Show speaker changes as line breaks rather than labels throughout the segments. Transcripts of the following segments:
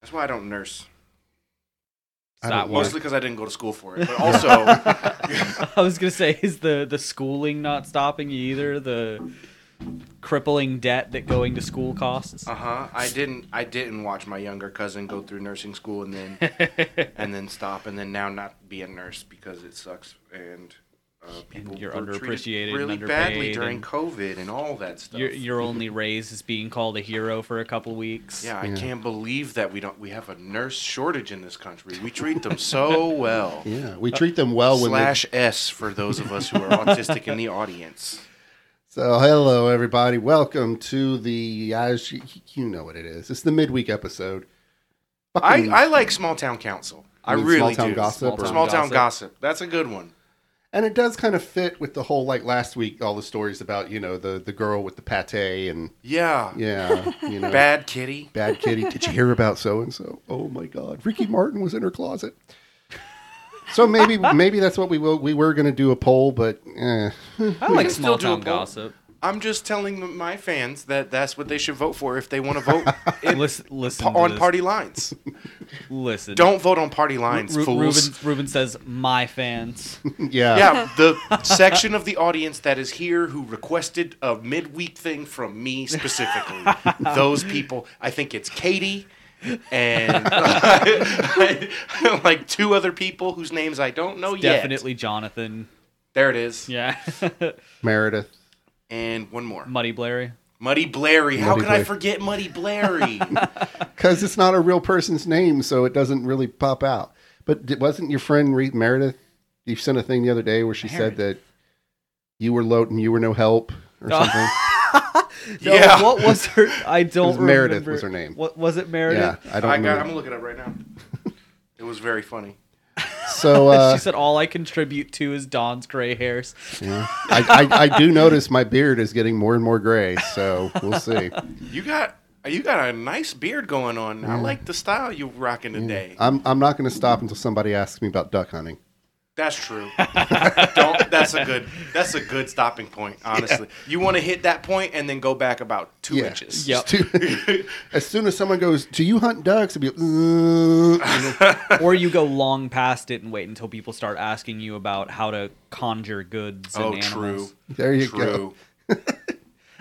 That's why I don't nurse.
I don't
Stop
work.
Mostly because I didn't go to school for it. But also, uh-huh,
I was gonna say, is the the schooling not stopping you either? The crippling debt that going to school costs.
Uh huh. I didn't. I didn't watch my younger cousin go through nursing school and then and then stop and then now not be a nurse because it sucks and uh, people
you're
were treated
underappreciated and
really badly
underpaid
during
and-
COVID and all that stuff.
Your your only raise is being called a hero for a couple weeks.
yeah, I can't believe that we don't. We have a nurse shortage in this country. We treat them so well.
Yeah, we treat them well when they
Uh, Slash S for those of us who are autistic in the audience.
So, hello everybody. Welcome to the as you, you know what it is. It's the midweek episode.
I,
Fucking-
I like small town council. I
Mm. You mean
really
small town
do.
gossip
Small,
or-
town gossip. That's a good one.
and it does kind of fit with the whole like last week all the stories about, you know, the the girl with the pate and
Yeah.
yeah, you know, bad,
Bad kitty.
kitty. Did you hear about so and so? Oh my god. Ricky Martin was in her closet. So maybe maybe that's what we will we were going to do a poll, but eh.
I like
can still
small
do a
town
poll.
gossip.
I'm just telling my fans that that's what they should vote for if they want to vote in-
Listen, listen to
on
this.
party lines.
Listen,
Don't vote on party lines,
Ru-
fools.
Ruben, Ruben says, "My fans."
yeah.
Yeah, the section of the audience that is here who requested a midweek thing from me specifically. Those people, I think it's Katie and like two other people whose names I don't know yet.
Definitely Jonathan.
There it is.
Yeah,
Meredith.
And one more.
Muddy Blairy.
Muddy Blairy. How
Muddy
could I
Blairy.
forget Muddy Blairy?
because it's not a real person's name, so it doesn't really pop out. But d- wasn't your friend Re- Meredith? You sent a thing the other day where she said that you were low and you were no help or
Oh.
something.
No,
Yeah.
What was her? I don't
was Meredith
remember.
was her name.
What was it?
yeah,
Meredith.
I don't
I got,
remember.
I'm gonna look it up right now. It was very funny.
so uh,
she said, "All I contribute to is Don's gray hairs."
yeah. I, I, I do notice my beard is getting more and more gray. So we'll see.
You got you got a nice beard going on. I like the style you're rocking today.
I'm I'm not going to stop until somebody asks me about duck hunting.
That's true. Don't. That's a good. That's a good stopping point. Honestly, you want to hit that point and then go back about two
Yeah.
inches.
Yep.
as soon as someone goes, "Do you hunt ducks?" I'll be. "Uh," you know.
or you go long past it and wait until people start asking you about how to conjure goods and
Oh,
animals.
true.
There you
True.
go.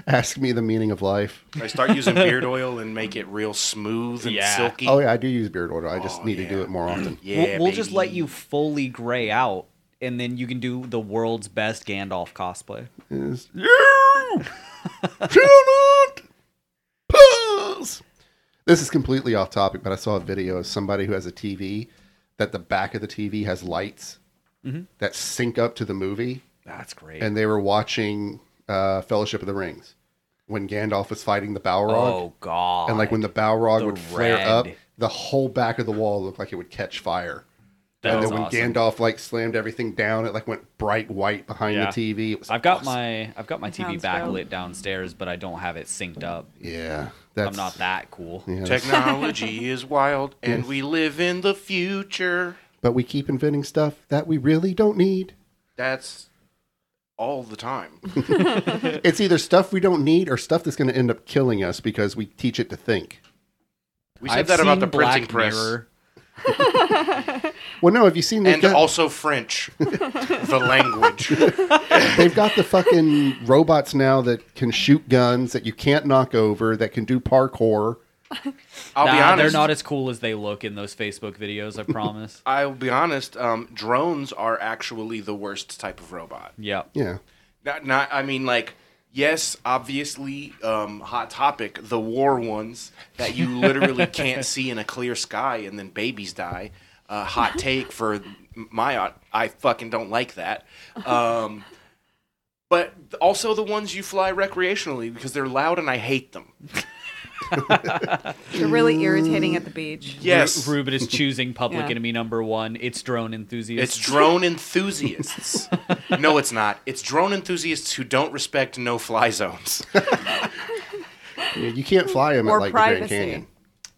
Ask me the meaning of life.
I start using beard oil and make it real smooth and
Yeah.
silky.
Oh yeah, I do use beard oil. I just
Oh,
need
yeah.
to do it more often.
yeah.
we'll we'll just let
baby.
you fully gray out, and then you can do the world's best Gandalf cosplay.
Is you shall not pass. This is completely off topic, but I saw a video of somebody who has a TV that the back of the TV has lights
Mm-hmm.
that sync up to the movie,
That's great.
and they were watching uh, Fellowship of the Rings when Gandalf was fighting the Balrog,
oh God!
and like when the Balrog
the
would flare
red.
up, the whole back of the wall looked like it would catch fire.
That
and
was
then when
awesome.
Gandalf like slammed everything down, it like went bright white behind
Yeah.
the TV. It was
I've got
awesome.
my I've got my TV
Sounds dope.
backlit downstairs, but I don't have it synced up.
yeah. That's
I'm not that cool.
yeah, that's-
Technology is wild, and we live in the future.
but we keep inventing stuff that we really don't need.
That's all the time.
It's either stuff we don't need or stuff that's going to end up killing us because we teach it to think.
We said
I've
that about
seen
the printing
Black
press
Mirror.
Well, no, have you seen they've,
and
got,
also French, the language.
they've got the fucking robots now that can shoot guns that you can't knock over that can do parkour.
I'll be
Nah,
honest.
they're not as cool as they look in those Facebook videos. I promise.
I'll be honest. Um, drones are actually the worst type of robot.
yep.
Yeah,
Not, not. I mean, like, yes, obviously, um, hot topic. The war ones that you literally can't see in a clear sky, and then babies die. Uh, hot take for my. au- I fucking don't like that. Um, but also the ones you fly recreationally because they're loud and I hate them.
They're really irritating at the beach.
Yes,
Ru- Ruben is choosing Public
Yeah.
Enemy number one. It's drone enthusiasts.
It's drone enthusiasts. no, it's not. It's drone enthusiasts who don't respect no fly zones.
you you can't fly them
Or
at like the
privacy.
Grand Canyon.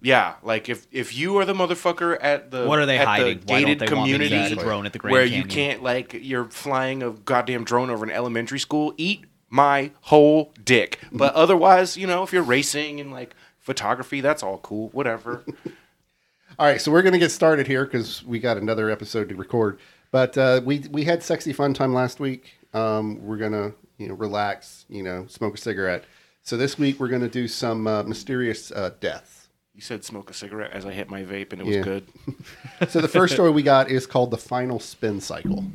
yeah, like if if you are the motherfucker at the
What are they
at
hiding?
the
Why don't
gated
they want me to
community
use a drone at the Grand
where
Canyon?
you can't like you're flying a goddamn drone over an elementary school. Eat my whole dick. But otherwise, you know, if you're racing and like photography, that's all cool. Whatever.
All right, so we're going to get started here because we got another episode to record. But uh, we we had sexy fun time last week. Um, we're gonna you know relax, you know, smoke a cigarette. So this week we're going to do some uh, mysterious uh, deaths.
You said smoke a cigarette as I hit my vape, and it
Yeah.
was good.
So the first story we got is called The Final Spin Cycle.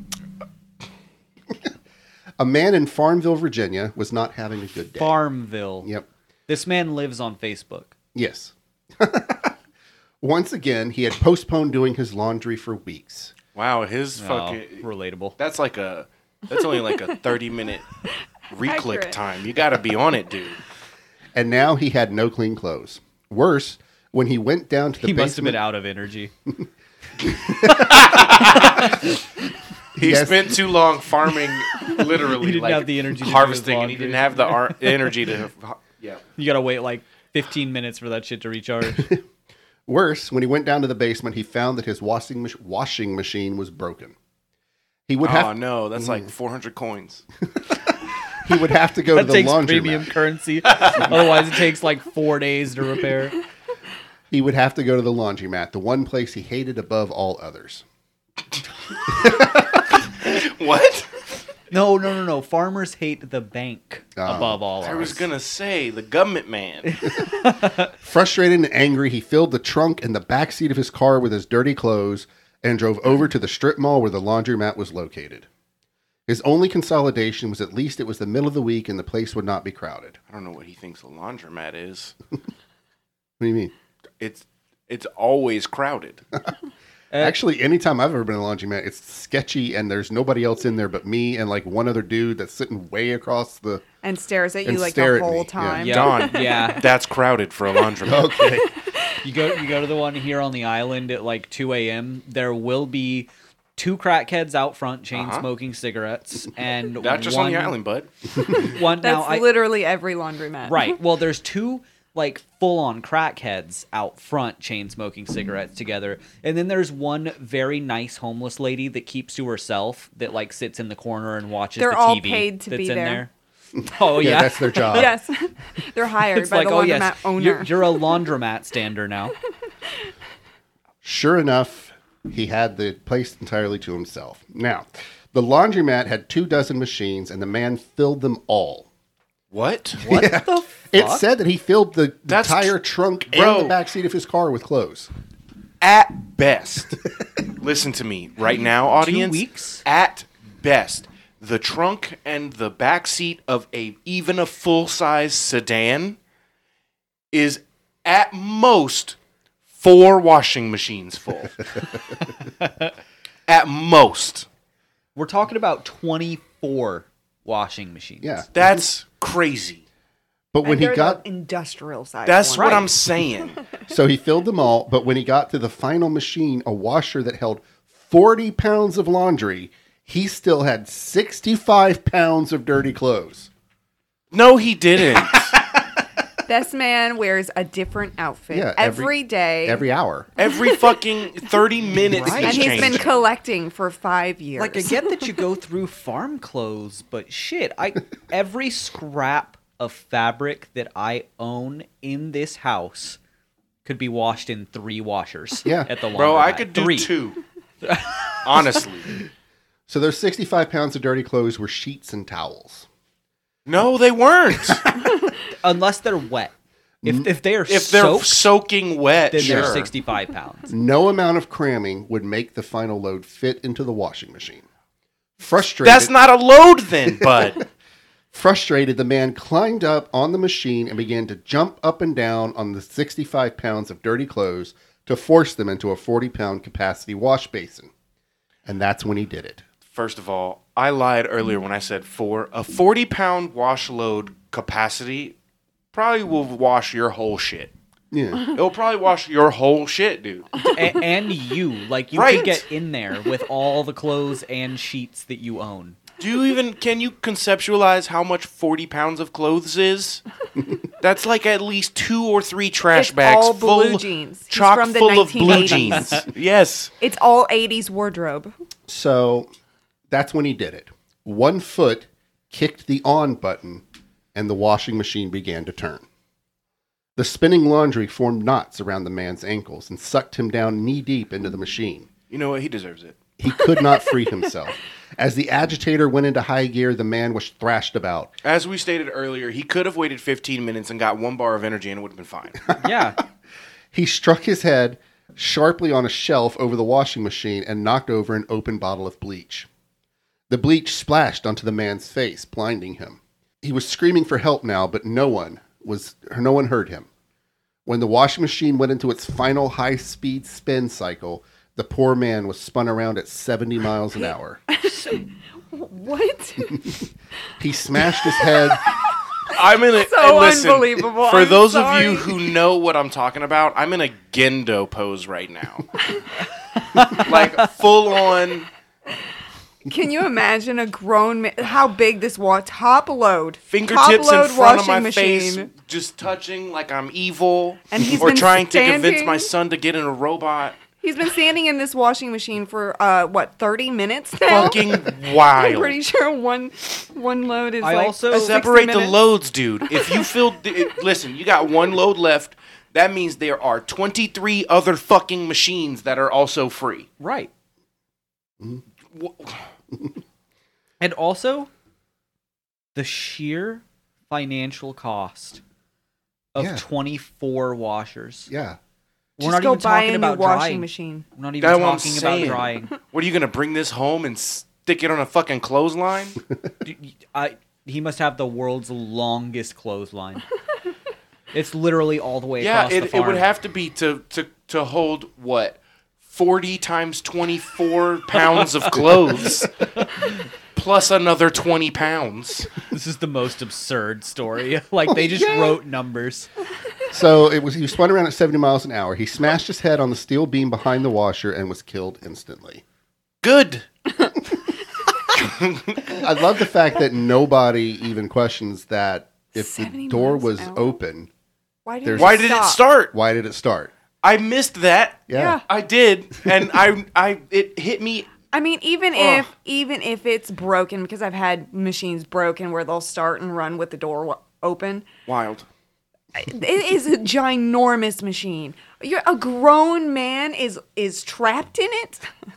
a man in Farmville, Virginia was not having a good day.
Farmville.
Yep.
This man lives on Facebook.
Yes. Once again, he had postponed doing his laundry for weeks.
Wow, his
Oh,
fucking
relatable.
that's like a that's only like a thirty minute reclick
Accurate.
time. You got to be on it, dude.
And now he had no clean clothes. Worse, when he went down to the
he
basement,
must have been out of energy.
He
Yes.
spent too long farming, literally
He didn't
like
have the energy to do his
harvesting, and he
laundry.
didn't have the ar- energy to. Yeah,
You gotta wait like 15 minutes for that shit to recharge.
Worse, when he went down to the basement, he found that his washing mach- washing machine was broken. He would
Oh
have
no, that's like 400 coins.
he would have to go to
that
the
takes
laundry.
premium currency. Otherwise, it takes like four days to repair.
He would have to go to the laundromat, the one place he hated above all others.
What?
No, no, no, no. Farmers hate the bank above all
Oh. I was
else.
gonna say the government man.
Frustrated and angry, he filled the trunk and the back seat of his car with his dirty clothes and drove over to the strip mall where the laundromat was located. His only consolidation was at least it was the middle of the week and the place would not be crowded.
I don't know what he thinks a laundromat is.
What do you mean?
It's it's always crowded.
Eh.
Actually, anytime I've ever been in a laundromat, it's sketchy and there's nobody else in there but me and like one other dude that's sitting way across the.
and stares at you
And
like
stare
the
at me, yeah.
whole time.
Yeah.
Don,
Yeah.
that's crowded for a laundromat.
Okay.
You go, you go to the one here on the island at like 2 a.m. There will be two crackheads out front, chain smoking cigarettes, and
Uh-huh. Not just
one,
on the island, bud.
One now,
That's
I,
literally every laundromat.
Right. Well, there's two like full on crackheads out front chain smoking cigarettes together. And then there's one very nice homeless lady that keeps to herself that like sits in the corner and watches
They're
the TV
all paid to
that's
be
in
there.
Oh yeah.
Yeah, that's their job.
yes. They're hired
Uh, it's
by
like,
the
oh
laundromat
yes,
owner.
You're, you're a laundromat stander now.
Sure enough, he had the place entirely to himself. Now, the laundromat had two dozen machines and the man filled them all.
What?
What the
It
fuck?
said that he filled the the
That's
entire trunk
Bro.
and the back seat of his car with clothes.
At best, listen to me right now, audience.
weeks?
At best, the trunk and the back seat of a even a full size sedan is at most four washing machines full. at most.
We're talking about 24 washing machines.
Yeah,
That's crazy.
but when
And
he
they're
got
the industrial side.
That's
one.
what I'm saying.
so he filled them all, but when he got to the final machine, a washer that held forty pounds of laundry, he still had sixty-five pounds of dirty clothes.
No, he didn't.
This man wears a different outfit
Yeah, every-
every day.
Every hour,
Every fucking 30 minutes
Right.
he's
and he's been
changing.
collecting for five years.
Like I get that you go through farm clothes, but shit, I every scrap of fabric that I own in this house could be washed in three washers.
Yeah.
at the
Bro, I
laundromat.
could do
Three.
two. Honestly.
so those sixty-five pounds of dirty clothes were sheets and towels.
No, they weren't.
unless they're wet. If if they are
If they're
soaked,
soaking wet,
then
sure.
they're sixty five pounds.
No amount of cramming would make the final load fit into the washing machine. Frustrated,
That's not a load then, bud.
Frustrated, the man climbed up on the machine and began to jump up and down on the 65 pounds of dirty clothes to force them into a 40 pound capacity wash basin. And that's when he did it.
First of all, I lied earlier when I said four. A 40 pound wash load capacity probably will wash your whole shit.
Yeah.
It'll probably wash your whole shit, dude.
A- and you, like you
Right.
could get in there with all the clothes and sheets that you own.
Do you even can you conceptualize how much forty pounds of clothes is? That's like at least two or three trash
It's
bags
all
full,
blue jeans. He's
chock
from the
full of blue
1980s.
jeans. yes,
it's all 80s wardrobe.
So that's when he did it. One foot kicked the on button and the washing machine began to turn. The spinning laundry formed knots around the man's ankles and sucked him down knee deep into the machine.
You know what? He deserves it.
He could not free himself. As the agitator went into high gear, the man was thrashed about.
As we stated earlier, he could have waited 15 minutes and got one bar of energy and it would have been fine.
Yeah.
He struck his head sharply on a shelf over the washing machine and knocked over an open bottle of bleach. The bleach splashed onto the man's face, blinding him. He was screaming for help now, but no one was no one heard him. When the washing machine went into its final high-speed spin cycle, the poor man was spun around at 70 miles an hour.
What?
He smashed his head
I'm in a
So
and listen,
unbelievable.
For
I'm
those
sorry.
of you who know what I'm talking about, I'm in a Gendo pose right now. like full on
Can you imagine a grown man? How big this was? Top load. top
fingertips in
load
front of
washing
my
machine.
face, just touching like I'm evil
And he's
or
been
trying to convince
standing-
my son to get in a robot.
He's been standing in this washing machine for uh, what, thirty minutes now?
Fucking
I'm
wild.
pretty sure one one load is
I
like
also-
60
Separate the
minutes.
loads, dude. If you feel, it, listen, you got one load left. That means there are 23 other fucking machines that are also free.
Right.
Mm-hmm. Wh-
And also, the sheer financial cost of
Yeah.
24 washers.
Yeah.
We're not
Just go
even
buy a
talking
new
about
washing
drying.
machine.
We're not even
That's what I'm
talking about
saying.
drying.
What are you gonna bring this home and stick it on a fucking clothesline?
D- y- I, he must have the world's longest clothesline. it's literally all the way
yeah,
across the
it, it
farm.
would have to be to to to hold what forty times twenty four pounds of clothes, plus another twenty pounds.
This is the most absurd story. like
Oh,
they just wrote numbers.
So it was he spun around at 70 miles an hour. He smashed his head on the steel beam behind the washer and was killed instantly.
Good.
I love the fact that nobody even questions that if the
70
door
miles
was
an hour?
open,
Why did
There's-
it
Why did it
stop?
start?
why did it start?
I missed that.
Yeah.
Yeah.
I did, and I I it hit me.
I mean, even
Ugh.
if even if it's broken, because I've had machines broken where they'll start and run with the door wa- open.
Wild.
It is a ginormous machine. You're a grown man is is trapped in it.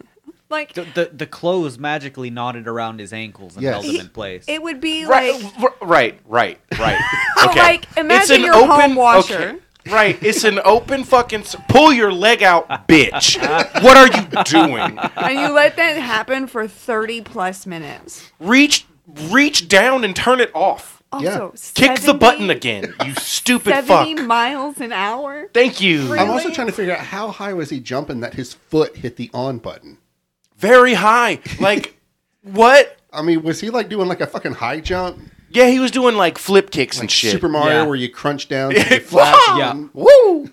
like
The, the the clothes magically knotted around his ankles and
Yes.
held him in place.
it would be
Right,
like
r- right, right, right.
But,
Okay.
like, imagine your home washer.
Right, it's an open fucking. s- Pull your leg out, bitch. what are you doing?
and you let that happen for 30 plus minutes.
Reach, reach down and turn it off.
Also,
Kick the
70
button again, you stupid
70
fuck.
miles an hour.
Thank you.
I'm also
Really?
trying to figure out how high was he jumping that his foot hit the on button.
Very high. Like, what?
I mean, was he like doing like a fucking high jump?
Yeah, he was doing like flip kicks and shit.
Super Mario
Yeah.
where you crunch down to get flat.
Yeah.
and- Woo!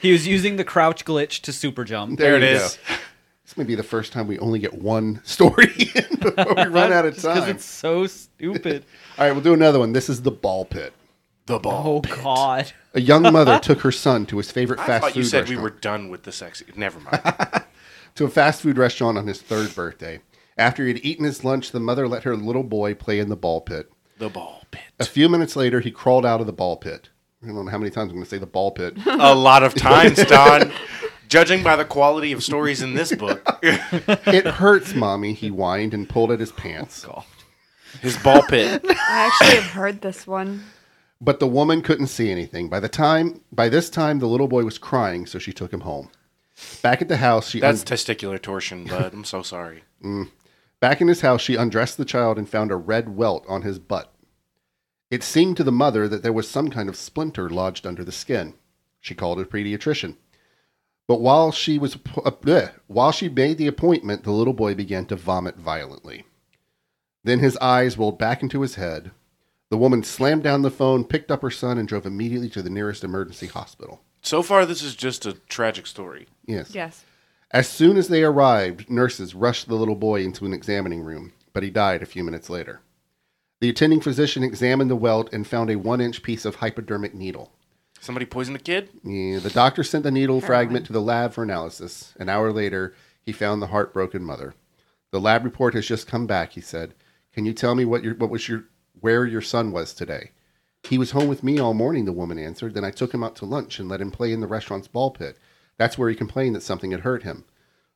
he was using the crouch glitch to super jump.
there it
you
is.
go. This may be the first time we only get one story in before we run out of
Because
time.
it's so stupid.
All right, we'll do another one. This is the ball pit.
The ball.
Oh God.
A young mother took her son to his favorite
I
fast
thought
food
you said
restaurant.
we were done with the sexy. Never mind.
to a fast food restaurant on his third birthday. After he had eaten his lunch, the mother let her little boy play in the ball pit.
the ball
A
pit.
few minutes later, he crawled out of the ball pit. I don't know how many times I'm going to say the ball pit.
A lot of times, Don. Judging by the quality of stories in this book,
it hurts, mommy, he whined and pulled at his pants.
Oh,
God.
his ball pit.
I actually have heard this one.
But the woman couldn't see anything. By the time, by this time, the little boy was crying, so she took him home. Back at the house, she
That's
un-
testicular torsion, bud. I'm so sorry.
Back in his house, she undressed the child and found a red welt on his butt. It seemed to the mother that there was some kind of splinter lodged under the skin. She called a pediatrician. But while she was uh, bleh, while she made the appointment, the little boy began to vomit violently. Then his eyes rolled back into his head. The woman slammed down the phone, picked up her son, and drove immediately to the nearest emergency hospital.
So far, this is just a tragic story.
Yes.
Yes.
As soon as they arrived, nurses rushed the little boy into an examining room, but he died a few minutes later. The attending physician examined the welt and found a one inch piece of hypodermic needle.
Somebody poisoned a kid?
Yeah, the doctor sent the needle fragment to the lab for analysis. An hour later, he found the heartbroken mother. The lab report has just come back, he said. Can you tell me what your what was your where your son was today? He was home with me all morning, the woman answered. Then I took him out to lunch and let him play in the restaurant's ball pit. That's where he complained that something had hurt him.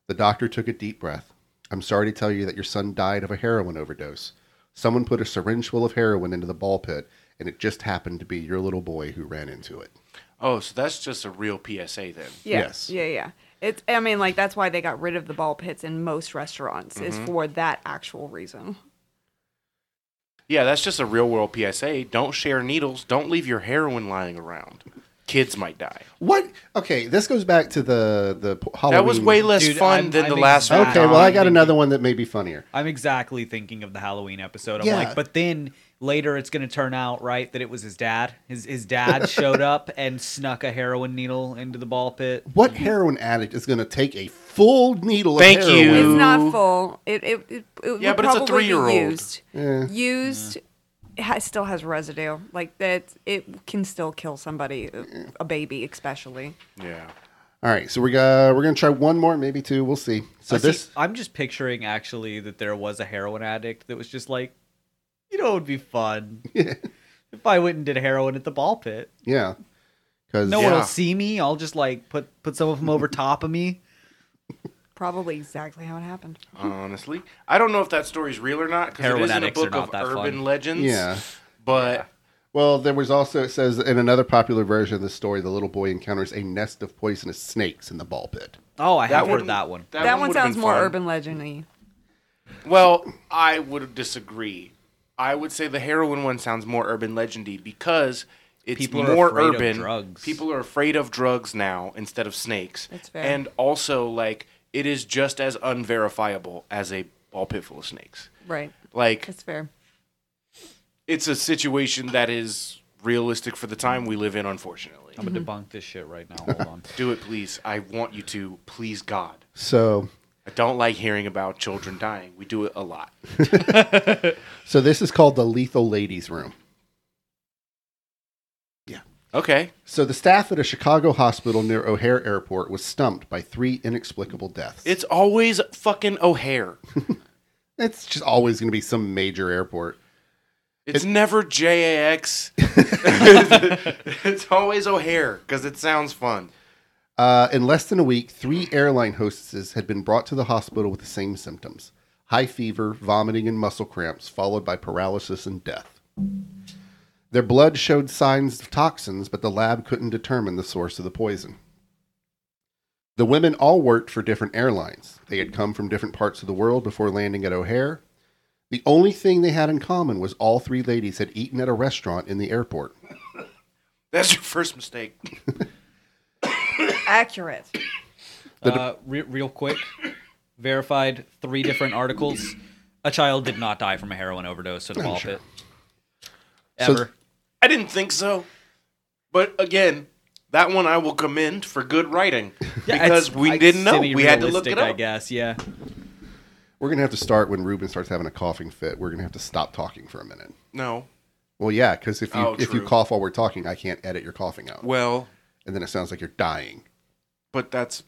The doctor took a deep breath. I'm sorry to tell you that your son died of a heroin overdose. Someone put a syringe full of heroin into the ball pit, and it just happened to be your little boy who ran into it.
Oh, so that's just a real PSA then.
Yeah,
Yes.
Yeah, yeah. It's I mean, like that's why they got rid of the ball pits in most restaurants is
Mm-hmm.
for that actual reason.
Yeah, that's just a real world PSA. Don't share needles. Don't leave your heroin lying around. Kids might die.
What? Okay, this goes back to the the p- Halloween.
That was way less
Dude,
fun
I'm-
than
I'm
the last one.
Okay, well, I got
Halloween.
another one that may be funnier.
I'm exactly thinking of the Halloween episode. I'm
Yeah.
like, but then later it's going to turn out right that it was his dad. His his dad showed up and snuck a heroin needle into the ball pit.
What heroin addict is going to take a full needle?
Mm-hmm. Thank
of heroin?
you.
It's
Ooh.
not full. It it, it, it
Yeah,
would
but it's a
probably be
three-year-old.
used.
Yeah.
Used it has, still has residue. Like that it can still kill somebody, a baby especially.
Yeah.
All right, so we're gonna we're gonna try one more, maybe two. We'll see. So
I see-
this
I'm just picturing actually that there was a heroin addict that was just like, you know, it would be fun if I went and did heroin at the ball pit.
Yeah. Because
No
Yeah.
one will see me. I'll just like put put some of them over top of me.
Probably exactly how it happened.
Um, Honestly, I don't know if that story's real or not because it
Heroin
is in a
addicts are
book
not
of
that
urban
fun.
legends.
Yeah.
But
Well, there was also it says in another popular version of the story, the little boy encounters a nest of poisonous snakes in the ball pit.
Oh, I have
one-
heard that one.
That, one,
would've
sounds
been
more
fun.
urban legendy.
Well, I would disagree. I would say the heroin one sounds more urban legendy because it's
People are
more
afraid of
urban.
drugs.
People are afraid of drugs now instead of snakes.
That's fair.
And also, like, it is just as unverifiable as a ball pit full of snakes.
Right.
Like,
That's fair.
it's a situation that is realistic for the time we live in, unfortunately.
I'm gonna debunk this shit right now. Hold on.
Do it, please. I want you to. Please, God.
So,
I don't like hearing about children dying. We do it a lot.
so this is called the lethal ladies' room.
Okay.
So the staff at a Chicago hospital near O'Hare Airport was stumped by three inexplicable deaths.
It's always fucking O'Hare.
it's just always going to be some major airport.
It's never JAX. it's always O'Hare because it sounds fun.
Uh, in less than a week, three airline hostesses had been brought to the hospital with the same symptoms high fever, vomiting, and muscle cramps, followed by paralysis and death. Their blood showed signs of toxins, but the lab couldn't determine the source of the poison. The women all worked for different airlines. They had come from different parts of the world before landing at O'Hare. The only thing they had in common was all three ladies had eaten at a restaurant in the airport.
That's your first mistake.
Accurate.
Uh, re- real quick, verified three different articles. A child did not die from a heroin overdose at a ball pit.
So-
Ever.
I didn't think so. But again, that one I will commend for good writing
Yeah,
because
it's-
we
it's
didn't know. We had to look
semi-realistic,
it
I
up.
guess. Yeah.
We're going to have to start when Ruben starts having a coughing fit. We're going to have to stop talking for a minute.
No.
Well, yeah, because if you
Oh,
if you
true.
cough while we're talking, I can't edit your coughing out,
Well,
and then it sounds like you're dying.
but that's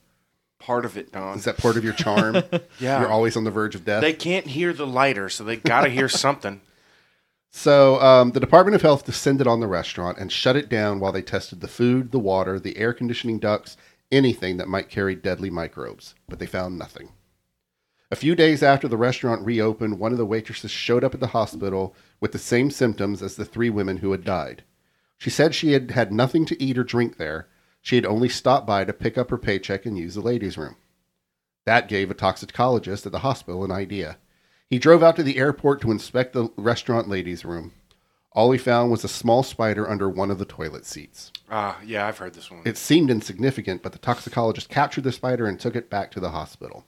part of it, Don.
Is that part of your charm?
Yeah.
you're always on the verge of death.
They can't hear the lighter, so they gotta hear something.
so um, the Department of Health descended on the restaurant and shut it down while they tested the food, the water, the air conditioning ducts, anything that might carry deadly microbes, but they found nothing. A few days after the restaurant reopened, one of the waitresses showed up at the hospital with the same symptoms as the three women who had died. She said she had had nothing to eat or drink there. She had only stopped by to pick up her paycheck and use the ladies' room. That gave a toxicologist at the hospital an idea. He drove out to the airport to inspect the restaurant ladies' room. All he found was a small spider under one of the toilet seats.
Ah, yeah, I've heard this one.
It seemed insignificant, but the toxicologist captured the spider and took it back to the hospital.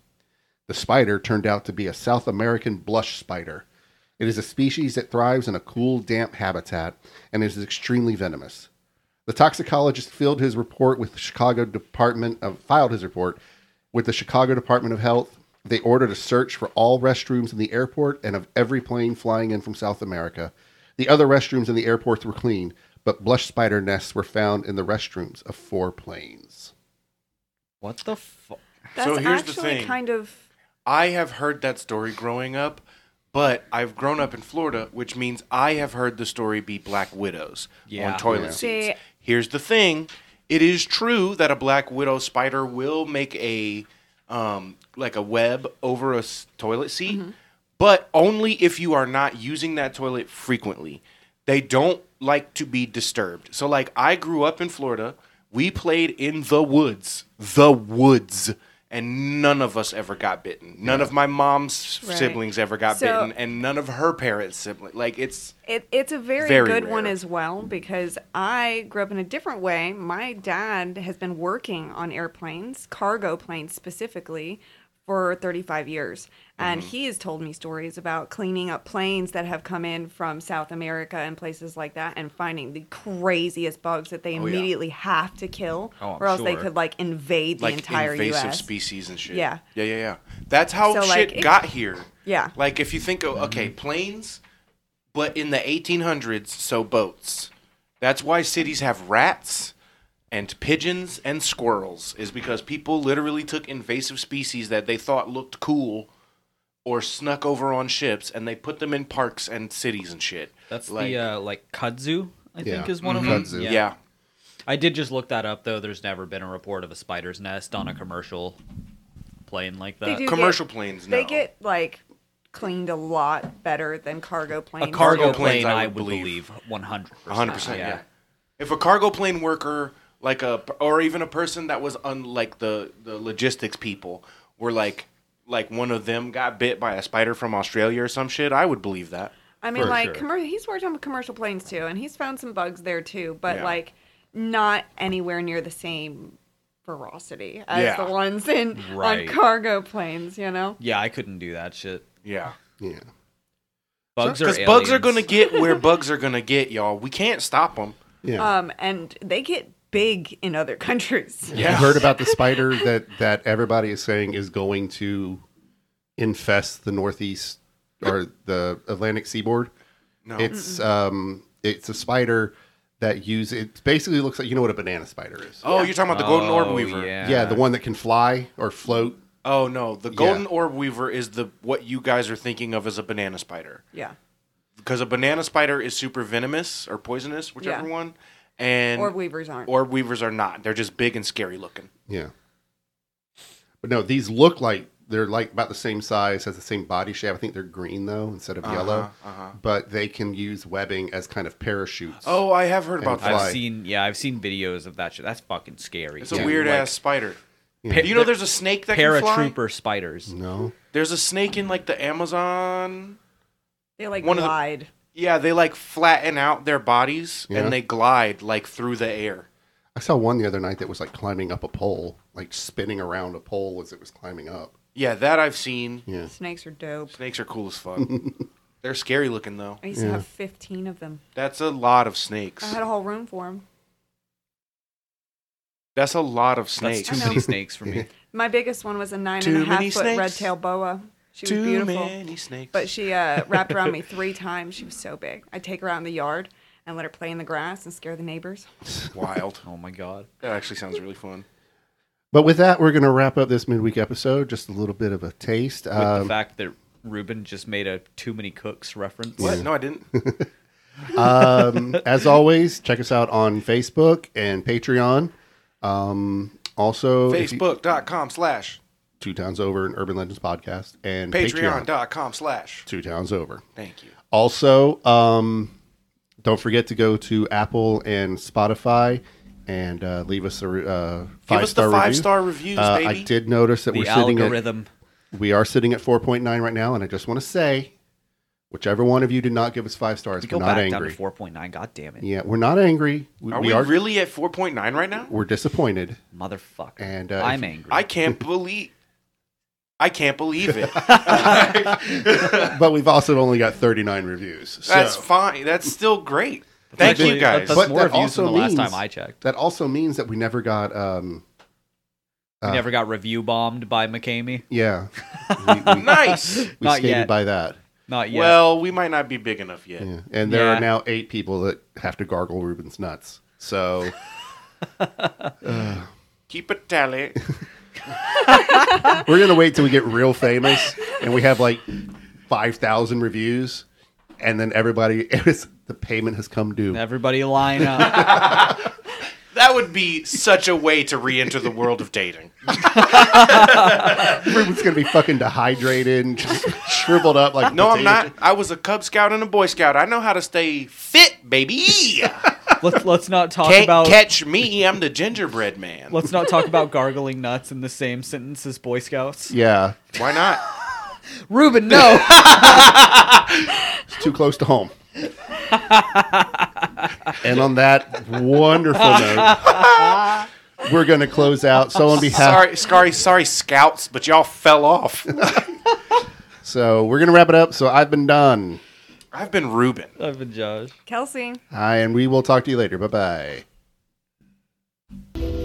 The spider turned out to be a South American blush spider. It is a species that thrives in a cool, damp habitat and is extremely venomous. The toxicologist filled his report with the Chicago Department of filed his report with the Chicago Department of Health. They ordered a search for all restrooms in the airport and of every plane flying in from South America. The other restrooms in the airports were clean, but blush spider nests were found in the restrooms of four planes.
What the fuck?
That's
here's the
actually
thing.
kind of
I have heard that story growing up, But I've grown up in Florida, which means I have heard the story be black widows
Yeah.
on toilet
Yeah.
seats.
See-
Here's the thing: it is true that a black widow spider will make a um, like a web over a s- toilet seat,
Mm-hmm.
but only if you are not using that toilet frequently. They don't like to be disturbed. So, like, I grew up in Florida. We played in the woods, the woods, and none of us ever got bitten. None of my mom's
Right.
siblings ever got
So-
bitten, and none of her parents' siblings. Like, it's
It, it's a very,
Very
good one
rare.
as well because I grew up in a different way. My dad has been working on airplanes, cargo planes specifically, for 35 years. And
Mm-hmm.
he has told me stories about cleaning up planes that have come in from South America and places like that and finding the craziest bugs that they
Oh, yeah.
immediately have to kill
Oh, I'm
or else they
sure.
could like invade the
like
entire
invasive
US.
species and shit.
Yeah.
yeah, yeah, yeah. That's how
So, like,
shit
it-
got here.
Yeah.
like if you think of okay,
Mm-hmm.
planes, but in the 1800s, so boats. That's why cities have rats and pigeons and squirrels is because people literally took invasive species that they thought looked cool or snuck over on ships and they put them in parks and cities and shit.
That's
like
the uh, like kudzu. I
Yeah.
think is one
Mhm.
of them.
Kudzu.
yeah.
I did just look that up though. There's never been a report of a spider's nest on a commercial plane like that.
They do
commercial
get-
planes no.
They get like cleaned a lot better than cargo planes.
a cargo
Cargo
plane,
planes,
I would believe 100.
hundred percent. Yeah. If a cargo plane worker, like a, or even a person that was on like the the logistics people, were like, like one of them got bit by a spider from Australia or some shit, I would believe that.
I mean,
For
like,
sure.
commer- he's worked on commercial planes too, and he's found some bugs there too, but
Yeah.
like not anywhere near the same ferocity as
Yeah.
the ones in
Right.
on cargo planes. You know,
Yeah, I couldn't do that shit.
Yeah,
Yeah.
Bugs are
because bugs are
aliens.
gonna get where bugs are gonna get, y'all. We can't stop them.
Yeah.
um, and they get big in other countries.
You heard about the spider that that everybody is saying is going to infest the northeast or the Atlantic seaboard.
No.
It's um it's a spider that use it basically looks like you know what a banana spider is.
Oh, you're talking about the golden orb
Oh,
weaver.
yeah. the one that can fly or float.
Oh no, the golden orb weaver is the what you guys are thinking of as a banana spider.
Yeah,
Because a banana spider is super venomous or poisonous, whichever
Yeah.
one. And
orb weavers aren't.
orb weavers are not. They're just big and scary looking.
Yeah. But no, these look like they're like about the same size, has the same body shape. I think they're green though instead of yellow. But they can use webbing as kind of parachutes.
Oh, I have heard
And
about
fly.
that.
I've seen yeah, I've seen videos of that shit. That's fucking scary.
It's
dude.
a weird
Like,
ass spider.
pa-
You know, there's a snake that can fly.
paratrooper spiders.
no.
There's a snake in like the Amazon.
They like
One of the-
glide.
Yeah, they like flatten out their bodies
Yeah.
and they glide like through the air.
I saw one the other night that was like climbing up a pole, like spinning around a pole as it was climbing up.
Yeah, that I've seen.
Yeah.
Snakes are dope.
Snakes are cool as fuck. They're scary looking though.
I used to have fifteen of them.
That's a lot of snakes.
I had a whole room for them.
That's a lot of
That's
snakes.
too
I know.
many snakes for me.
My biggest one was a nine
Too
and a half
many
foot
snakes.
red tail boa. She was
Too
beautiful.
many snakes.
But she uh, wrapped around me three times. She was so big. I'd take her out in the yard and let her play in the grass and scare the neighbors.
Wild.
Oh my god.
That actually sounds really fun.
But with that, we're going to wrap up this midweek episode. Just a little bit of a taste.
With
Um,
the fact that Ruben just made a too many cooks reference.
What? No, I didn't.
um, as always, check us out on Facebook and Patreon. Um, also, if you-
Facebook.com slash
two towns over and Urban Legends podcast and Patreon,
Patreon.com slash.
two towns over.
Thank you.
Also, um, don't forget to go to Apple and Spotify and uh, leave us a re- uh, five
Give us
star
the five
review.
star reviews,
Uh,
baby.
I did notice that
The
we're sitting at
algorithm.
we are sitting at 4.9 right now, and I just want to say, whichever one of you did not give us five stars,
We
we are
go
not
back
angry.
down to four point nine. God damn it,
Yeah, we're not angry. We,
Are
we
we
are.
really at 4.9 right now?
we're disappointed.
motherfucker!
And, uh,
I'm
if-
angry.
I can't believe. I can't believe it.
But we've also only got 39 reviews. So.
That's fine. That's still great. Thank
actually-
you guys.
that's-
But
more
that
reviews than
also
the last
means-
time I checked.
That also means that we never got. Um,
We
uh,
never got review bombed by McCamey.
Yeah, we, we,
nice.
we
Not
skated
yet.
by that.
Not yet.
Well, we might not be big enough yet.
Yeah. And there
Yeah.
are now eight people that have to gargle Ruben's nuts. So
Keep it tally.
we're gonna wait till we get real famous and we have like 5,000 reviews, and then everybody, it's, the payment has come due.
Everybody line up.
That would be such a way to re-enter the world of dating.
Everyone's going to be fucking dehydrated and just shriveled up like
No, I'm
potato-
not. I was a Cub Scout and a Boy Scout. I know how to stay fit, baby.
let's let's not talk
Can't
about
catch me. I'm the gingerbread man.
let's not talk about gargling nuts in the same sentence as Boy Scouts.
Yeah,
Why not?
Ruben, no.
it's too close to home. and on that wonderful note, we're going to close out. So on behalf
Sorry, sorry, sorry, Scouts, but y'all fell off.
So we're gonna wrap it up. So I've been done.
I've been Ruben.
I've been Josh.
Kelsey.
Hi, and we will talk to you later. Bye bye.